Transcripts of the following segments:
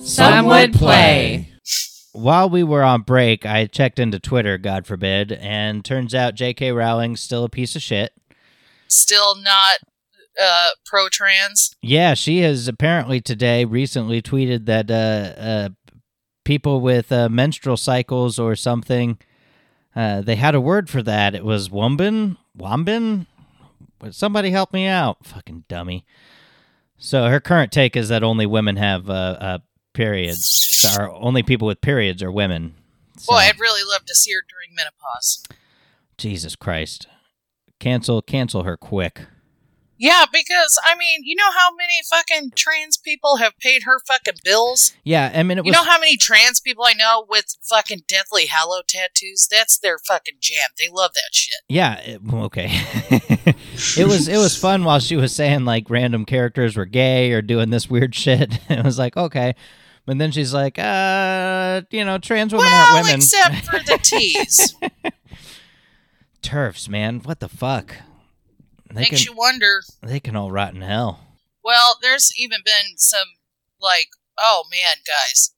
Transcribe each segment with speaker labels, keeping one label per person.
Speaker 1: Some would play.
Speaker 2: While we were on break, I checked into Twitter, God forbid, and turns out J.K. Rowling's still a piece of shit.
Speaker 3: Still not uh, pro trans.
Speaker 2: Yeah, she has apparently today recently tweeted that uh, uh, people with uh, menstrual cycles or something, uh, they had a word for that. It was wombin, wombin. Would Somebody help me out, fucking dummy. So her current take is that only women have uh, uh, periods. So or only people with periods are women. So,
Speaker 3: Boy, I'd really love to see her during menopause.
Speaker 2: Jesus Christ, cancel, cancel her quick.
Speaker 3: Yeah, because I mean, you know how many fucking trans people have paid her fucking bills?
Speaker 2: Yeah, I mean it
Speaker 3: You
Speaker 2: was.
Speaker 3: know how many trans people I know with fucking Deathly Hallow tattoos? That's their fucking jam. They love that shit.
Speaker 2: Yeah, it, well, okay. it was it was fun while she was saying like random characters were gay or doing this weird shit. It was like okay, but then she's like, uh, you know, trans women
Speaker 3: well,
Speaker 2: aren't women.
Speaker 3: except for the T's.
Speaker 2: Turfs, man, what the fuck? They
Speaker 3: Makes
Speaker 2: can
Speaker 3: you wonder.
Speaker 2: they can all rot in hell.
Speaker 3: Well, there's even been some like, oh man, guys,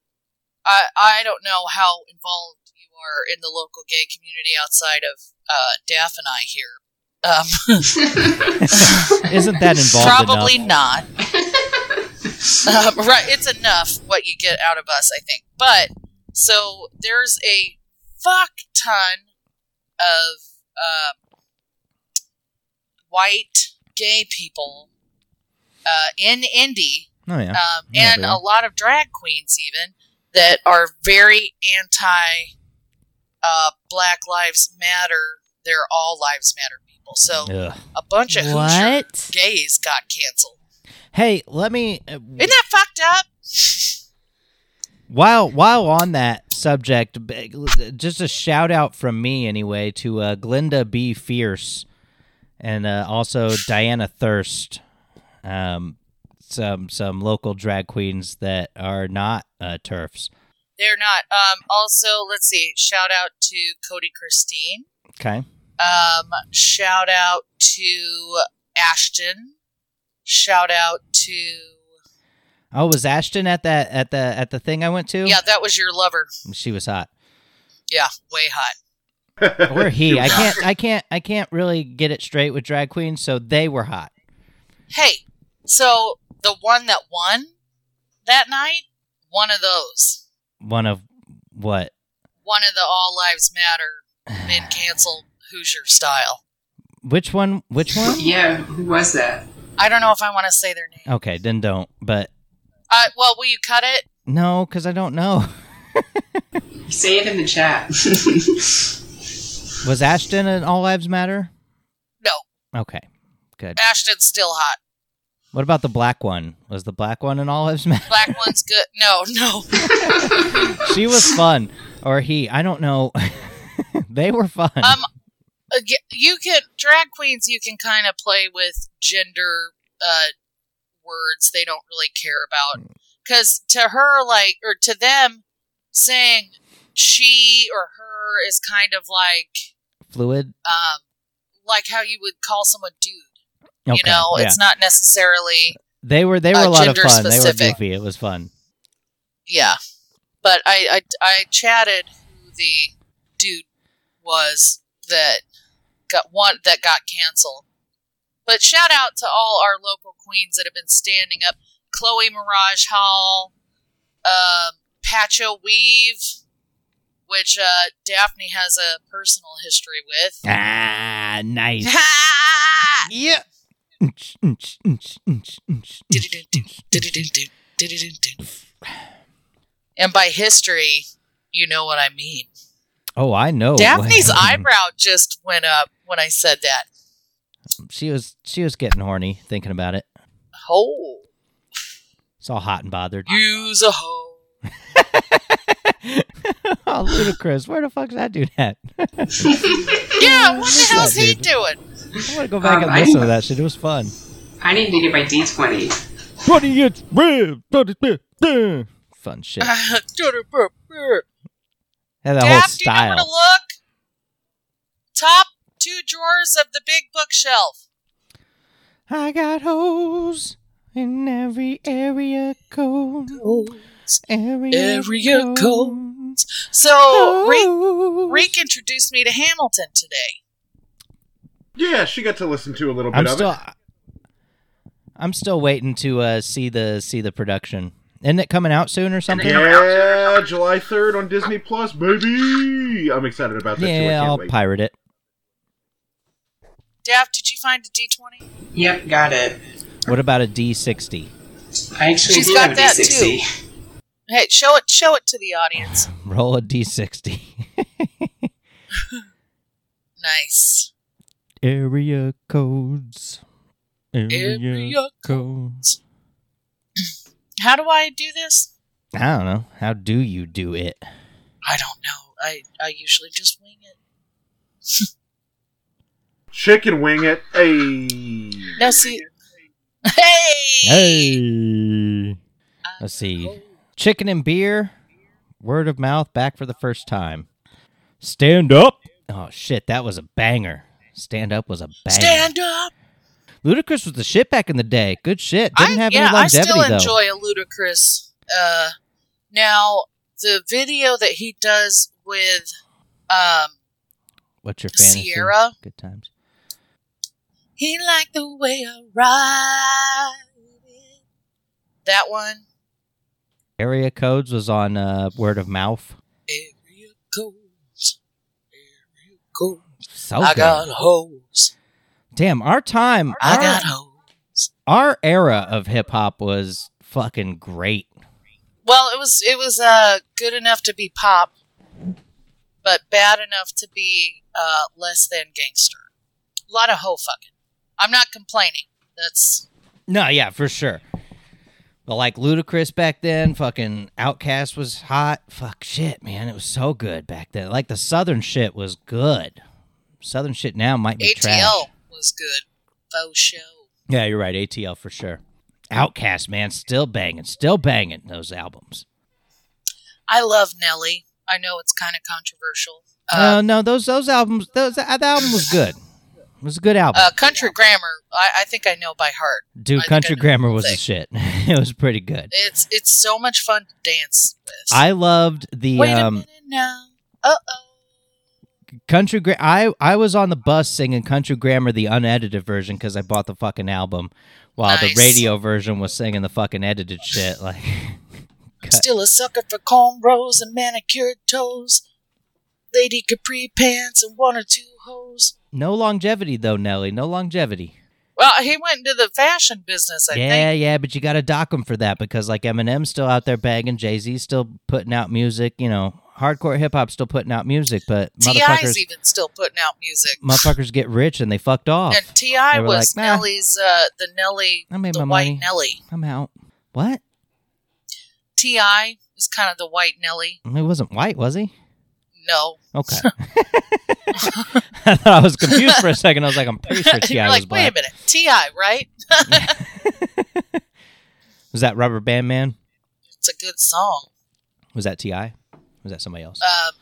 Speaker 3: I I don't know how involved you are in the local gay community outside of uh, Daff and I here. Um,
Speaker 2: Isn't that involved
Speaker 3: probably
Speaker 2: enough?
Speaker 3: not. um, right, it's enough what you get out of us, I think. But so there's a fuck ton of uh, white gay people uh, in Indy
Speaker 2: Oh yeah,
Speaker 3: um,
Speaker 2: Yeah,
Speaker 3: and
Speaker 2: dude.
Speaker 3: a lot of drag queens even that are very anti uh, Black Lives Matter. They're all Lives Matter people. So
Speaker 2: Ugh.
Speaker 3: a bunch of Hoosier
Speaker 1: What?
Speaker 3: gays got canceled.
Speaker 2: Hey, let me. uh,
Speaker 3: Isn't that fucked up?
Speaker 2: While while on that subject, b- just a shout out from me anyway to uh, Glinda B. Fierce and uh, also Diana Thirst, um, some some local drag queens that are not uh, turfs.
Speaker 3: They're not. Um, also, let's see. Shout out to Cody Christine.
Speaker 2: Okay,
Speaker 3: Um, shout out to Ashton. Shout out to
Speaker 2: oh, was Ashton at that at the at the thing I went to?
Speaker 3: yeah, that was your lover.
Speaker 2: she was hot.
Speaker 3: Yeah, way hot.
Speaker 2: Or he? I can't I can't I can't really get it straight with drag queens. So they were hot.
Speaker 3: Hey, so the one that won that night, one of those,
Speaker 2: One of what?
Speaker 3: one of the All Lives Matter been canceled Hoosier style.
Speaker 2: Which one? Which one?
Speaker 4: yeah, who was that?
Speaker 3: I don't know if I want to say their name.
Speaker 2: Okay, then don't. But
Speaker 3: Uh, well, will you cut it?
Speaker 2: No, because I don't know.
Speaker 4: Say it in the chat.
Speaker 2: Was Ashton an All Lives Matter?
Speaker 3: No,
Speaker 2: Okay, good.
Speaker 3: Ashton's still hot.
Speaker 2: What about the black one? Was the black one an All Lives Matter?
Speaker 3: Black one's good. No, no.
Speaker 2: she was fun, or he? I don't know. they were fun.
Speaker 3: Um, Uh, y- You can drag queens. You can kind of play with gender uh, words. They don't really care about because to her, like, or to them, saying she or her is kind of like
Speaker 2: Fluid.
Speaker 3: um, like how you would call someone dude.
Speaker 2: Okay,
Speaker 3: you know,
Speaker 2: yeah.
Speaker 3: it's not necessarily
Speaker 2: they were they were
Speaker 3: uh,
Speaker 2: a lot of
Speaker 3: gender
Speaker 2: fun. They were
Speaker 3: specific.
Speaker 2: goofy. It was fun.
Speaker 3: yeah. But I I, I chatted who the dude was that got one that got canceled. But shout out to all our local queens that have been standing up: Chloe Mirage Hall, um, Pacho Weave, which uh, Daphne has a personal history with.
Speaker 2: Ah, nice. yeah.
Speaker 3: And by history, you know what I mean.
Speaker 2: Oh, I know.
Speaker 3: Daphne's eyebrow just went up when I said that.
Speaker 2: She was she was getting horny thinking about it.
Speaker 3: Ho,
Speaker 2: It's all hot and bothered.
Speaker 3: use a hoe.
Speaker 2: oh, ludicrous. Where the fuck's that dude at? I
Speaker 3: Yeah, what the
Speaker 2: Yeah,
Speaker 3: hell's he
Speaker 2: dude.
Speaker 3: doing?
Speaker 2: want to go back
Speaker 4: Um,
Speaker 2: and
Speaker 4: I-
Speaker 2: listen to that shit. It was fun.
Speaker 4: I need to get my D20.
Speaker 2: 20 inch rib, 20 inch rib. Fun shit. Had
Speaker 3: Daph, do you
Speaker 2: that whole
Speaker 3: know where to
Speaker 2: style.
Speaker 3: look? Top two drawers of the big bookshelf.
Speaker 2: I got holes in every area code.
Speaker 3: codes. Area codes. Oh, So Reek, Reek introduced me to Hamilton today.
Speaker 1: Yeah, she got to listen to a little bit
Speaker 2: I'm
Speaker 1: of
Speaker 2: still
Speaker 1: it.
Speaker 2: I'm still waiting to uh, see the see the production. Isn't it coming out soon or something?
Speaker 1: Yeah, July 3rd on Disney Plus, baby. I'm excited about that too. I
Speaker 2: Yeah,
Speaker 1: can't
Speaker 2: I'll
Speaker 1: wait.
Speaker 2: pirate it.
Speaker 3: Daff, did you find a D twenty?
Speaker 4: Yep, got it.
Speaker 2: What about a D60?
Speaker 4: I actually
Speaker 3: She's
Speaker 4: do
Speaker 3: got
Speaker 4: have
Speaker 3: that,
Speaker 4: a D60.
Speaker 3: Hey, show it, show it to the audience.
Speaker 2: Roll a D60.
Speaker 3: Nice.
Speaker 2: Area codes. Area,
Speaker 3: Area
Speaker 2: codes.
Speaker 3: How do I do this?
Speaker 2: I don't know. How do you do it?
Speaker 3: I don't know. I I usually just wing it.
Speaker 1: Chicken wing it. Hey.
Speaker 3: No, see. Hey.
Speaker 2: Hey. Let's see. Chicken and beer. Word of mouth back for the first time. Stand up. Oh shit, that was a banger. Stand up was a banger.
Speaker 3: Stand up.
Speaker 2: Ludacris was the shit back in the day. Good shit. Didn't
Speaker 3: I,
Speaker 2: have
Speaker 3: yeah,
Speaker 2: any longevity
Speaker 3: I still
Speaker 2: though.
Speaker 3: enjoy a ludicrous. Uh, now the video that he does with um
Speaker 2: What's your fantasy?
Speaker 3: Sierra.
Speaker 2: Good times.
Speaker 3: He liked the way I ride it. That one.
Speaker 2: Area codes was on uh, word of mouth.
Speaker 3: Area codes. Area codes.
Speaker 2: So
Speaker 3: I
Speaker 2: good.
Speaker 3: got hoes.
Speaker 2: Damn, our time,
Speaker 3: I
Speaker 2: our,
Speaker 3: got hoes.
Speaker 2: our era of hip hop was fucking great.
Speaker 3: Well, it was it was uh good enough to be pop, but bad enough to be uh less than gangster. A lot of hoe fucking. I'm not complaining. That's
Speaker 2: No, yeah, for sure. But like Ludacris back then, fucking Outcast was hot. Fuck shit, man. It was so good back then. Like the Southern shit was good. Southern shit now might be trash.
Speaker 3: ATL was good. Faux show.
Speaker 2: Yeah, you're right. ATL for sure. Outcast, man, still banging, still banging those albums.
Speaker 3: I love Nelly. I know it's kind of controversial.
Speaker 2: Uh, no, those those albums, those that album was good. It was a good album.
Speaker 3: Uh, country grammar, I, I think I know by heart. I
Speaker 2: Dude,
Speaker 3: think I
Speaker 2: Country
Speaker 3: know
Speaker 2: Grammar
Speaker 3: the
Speaker 2: was the
Speaker 3: thing.
Speaker 2: shit. it was pretty good.
Speaker 3: It's it's so much fun to dance with.
Speaker 2: I loved the
Speaker 3: Wait a
Speaker 2: um,
Speaker 3: minute now. Uh oh.
Speaker 2: Country Gra- I I was on the bus singing Country Grammar the unedited version because I bought the fucking album, while
Speaker 3: Nice.
Speaker 2: the radio version was singing the fucking edited shit. Like, cut.
Speaker 3: Still a sucker for cornrows and manicured toes, lady capri pants and one or two hoes.
Speaker 2: no longevity though, Nelly. No longevity.
Speaker 3: Well, he went into the fashion business, I
Speaker 2: yeah,
Speaker 3: think.
Speaker 2: yeah, but you got to dock him for that because like Eminem's still out there bagging, Jay Z's still putting out music. You know, hardcore hip hop's still putting out music, but motherfuckers,
Speaker 3: T.I.'s even still putting out music.
Speaker 2: motherfuckers get rich and they fucked off.
Speaker 3: And T.I.
Speaker 2: They were
Speaker 3: was
Speaker 2: like, nah.
Speaker 3: Nelly's, uh, the Nelly,
Speaker 2: I made
Speaker 3: the
Speaker 2: my
Speaker 3: white
Speaker 2: money.
Speaker 3: Nelly.
Speaker 2: I'm out. What?
Speaker 3: T.I. is kind of the white Nelly.
Speaker 2: He wasn't white, was he?
Speaker 3: No.
Speaker 2: Okay. I thought I was confused for a second. I was like, I'm pretty sure Ti
Speaker 3: You're
Speaker 2: was
Speaker 3: like, wait a
Speaker 2: black.
Speaker 3: minute. T.I., right?
Speaker 2: Was that Rubber Band Man?
Speaker 3: It's a good song.
Speaker 2: Was that Ti? Was that somebody else?
Speaker 3: Um,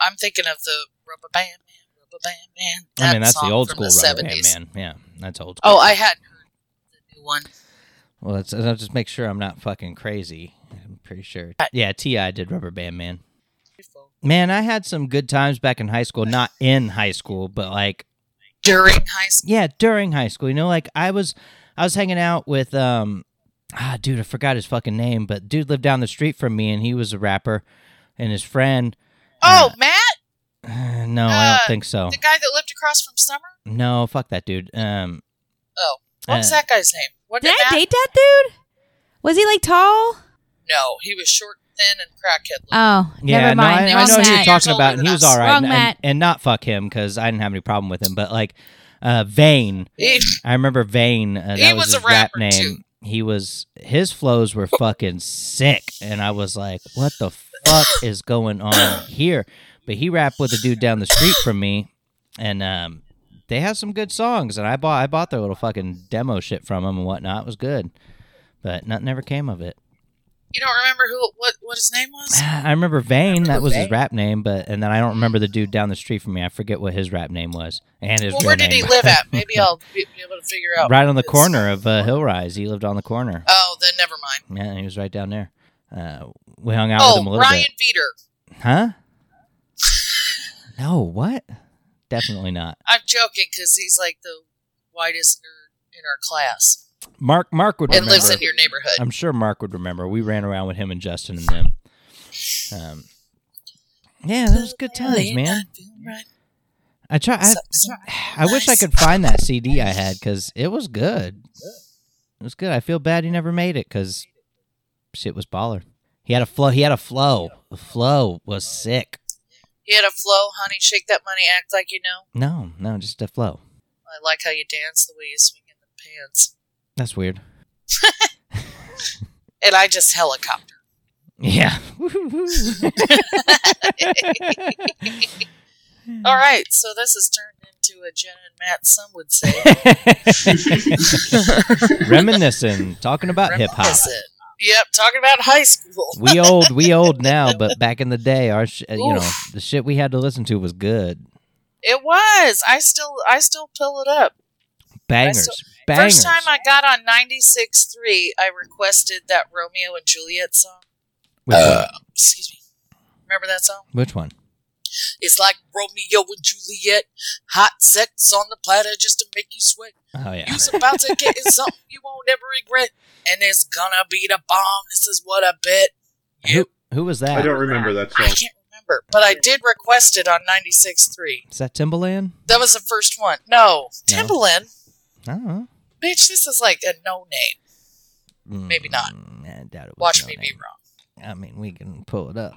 Speaker 3: I'm thinking of the Rubber Band Man, Rubber Band Man.
Speaker 2: I mean, that's the
Speaker 3: song
Speaker 2: old
Speaker 3: from
Speaker 2: school
Speaker 3: the
Speaker 2: Rubber
Speaker 3: 70s.
Speaker 2: Band Man. Yeah, that's old. School.
Speaker 3: Oh, I hadn't heard the new one.
Speaker 2: Well, let's, I'll just make sure I'm not fucking crazy. I'm pretty sure. Yeah, Ti did Rubber Band Man. Man, I had some good times back in high school. Not in high school, but like
Speaker 3: During high school.
Speaker 2: yeah during high school you know like i was i was hanging out with um ah dude i forgot his fucking name but dude lived down the street from me and he was a rapper and his friend
Speaker 3: Oh, Matt,
Speaker 2: uh, no i
Speaker 5: Ah,
Speaker 3: Uh,
Speaker 2: don't think so
Speaker 3: the guy that lived across from Summer.
Speaker 2: no fuck that dude um
Speaker 3: Oh, what was
Speaker 2: Uh,
Speaker 3: that guy's name? What
Speaker 5: Did
Speaker 3: did
Speaker 5: I
Speaker 3: Matt?
Speaker 5: date that dude? Was he like tall?
Speaker 3: No, he was short, thin, and crackhead. looking.
Speaker 5: Oh,
Speaker 2: yeah
Speaker 5: never
Speaker 2: no
Speaker 5: mind.
Speaker 2: i, I
Speaker 5: Wrong
Speaker 2: know who you're
Speaker 5: Matt.
Speaker 2: talking about
Speaker 3: Older
Speaker 2: and he
Speaker 3: than
Speaker 2: was
Speaker 3: us.
Speaker 2: all right
Speaker 5: Wrong
Speaker 2: and, and,
Speaker 5: Matt.
Speaker 2: and not fuck him because i didn't have any problem with him but like uh vane
Speaker 3: He-
Speaker 2: I remember Vane. Uh, that
Speaker 3: He
Speaker 2: was,
Speaker 3: was a
Speaker 2: his rap
Speaker 3: rapper,
Speaker 2: name.
Speaker 3: too.
Speaker 2: He was his flows were fucking sick, and I was like, "What the fuck is going on here?" But he rapped with a dude down the street from me, and um, they had some good songs. And I bought I bought their little fucking demo shit from them and whatnot. It was good, but nothing ever came of it.
Speaker 3: you don't remember who what what his name was?
Speaker 2: I remember Vane. That was his rap name, but and then I don't remember the dude down the street from me. I forget what his rap name was and his
Speaker 3: Well,
Speaker 2: real
Speaker 3: where did he
Speaker 2: name.
Speaker 3: live at? Maybe I'll be, be able to figure out.
Speaker 2: right on the
Speaker 3: It's-
Speaker 2: corner of uh, Hill Rise. He lived on the corner.
Speaker 3: Oh, then never mind.
Speaker 2: Yeah, he was right down there. Uh, we hung out with him a
Speaker 3: oh,
Speaker 2: little
Speaker 3: Ryan Veter.
Speaker 2: bit, huh? no, what? Definitely not.
Speaker 3: I'm joking because he's like the whitest nerd in our class
Speaker 2: Mark, Mark would
Speaker 3: and
Speaker 2: remember.
Speaker 3: lives in your neighborhood.
Speaker 2: I'm sure Mark would remember. We ran around with him and Justin and them. Um, yeah, that was good times, man. I try. I, I wish I could find that CD I had because it was good. It was good. I feel bad he never made it because shit was baller. He had a flow. He had a flow. The flow was sick.
Speaker 3: He had a flow, honey. Shake that money, act like you know.
Speaker 2: No, no, just a flow.
Speaker 3: I like how you dance the way you swing in the pants.
Speaker 2: That's weird.
Speaker 3: And I just helicopter.
Speaker 2: Yeah.
Speaker 3: All right, so this has turned into a Jen and Matt. Some would say
Speaker 2: Reminiscing, talking about hip hop.
Speaker 3: reminiscent. Yep, talking about high school.
Speaker 2: We old, we old now, but back in the day, our sh- uh, you know
Speaker 3: Oof.
Speaker 2: the shit we had to listen to was good.
Speaker 3: It was. I still, I still pill it up.
Speaker 2: Bangers,
Speaker 3: still-
Speaker 2: bangers.
Speaker 3: First time I got on 96.3, I requested that Romeo and Juliet song.
Speaker 2: Which,
Speaker 1: Uh.
Speaker 3: Excuse me. Remember that song?
Speaker 2: one? Which one?
Speaker 3: It's like Romeo and Juliet, hot sex on the platter just to make you sweat.
Speaker 2: Oh yeah.
Speaker 3: You's about to get in something you won't ever regret, and it's gonna be the bomb. This is what I bet.
Speaker 2: Who, who was that?
Speaker 1: I don't remember that
Speaker 3: I
Speaker 1: song.
Speaker 3: can't remember, but I did request it on 96.3.
Speaker 2: Is that Timbaland?
Speaker 3: That was the first one. No,
Speaker 2: No.
Speaker 3: Timbaland.
Speaker 2: I don't know.
Speaker 3: Bitch, this is like a no name. Maybe not.
Speaker 2: Mm, I doubt it was
Speaker 3: Watch
Speaker 2: no
Speaker 3: me be
Speaker 2: name.
Speaker 3: wrong.
Speaker 2: I mean, we can pull it up.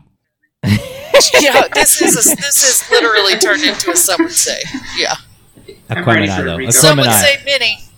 Speaker 3: yeah, this is a, this is literally turned into a some would say. Yeah,
Speaker 2: A
Speaker 4: I'm ready for
Speaker 2: Aquemini,
Speaker 4: a
Speaker 2: though. A
Speaker 4: recap.
Speaker 3: some would
Speaker 2: Aquemini.
Speaker 3: say mini.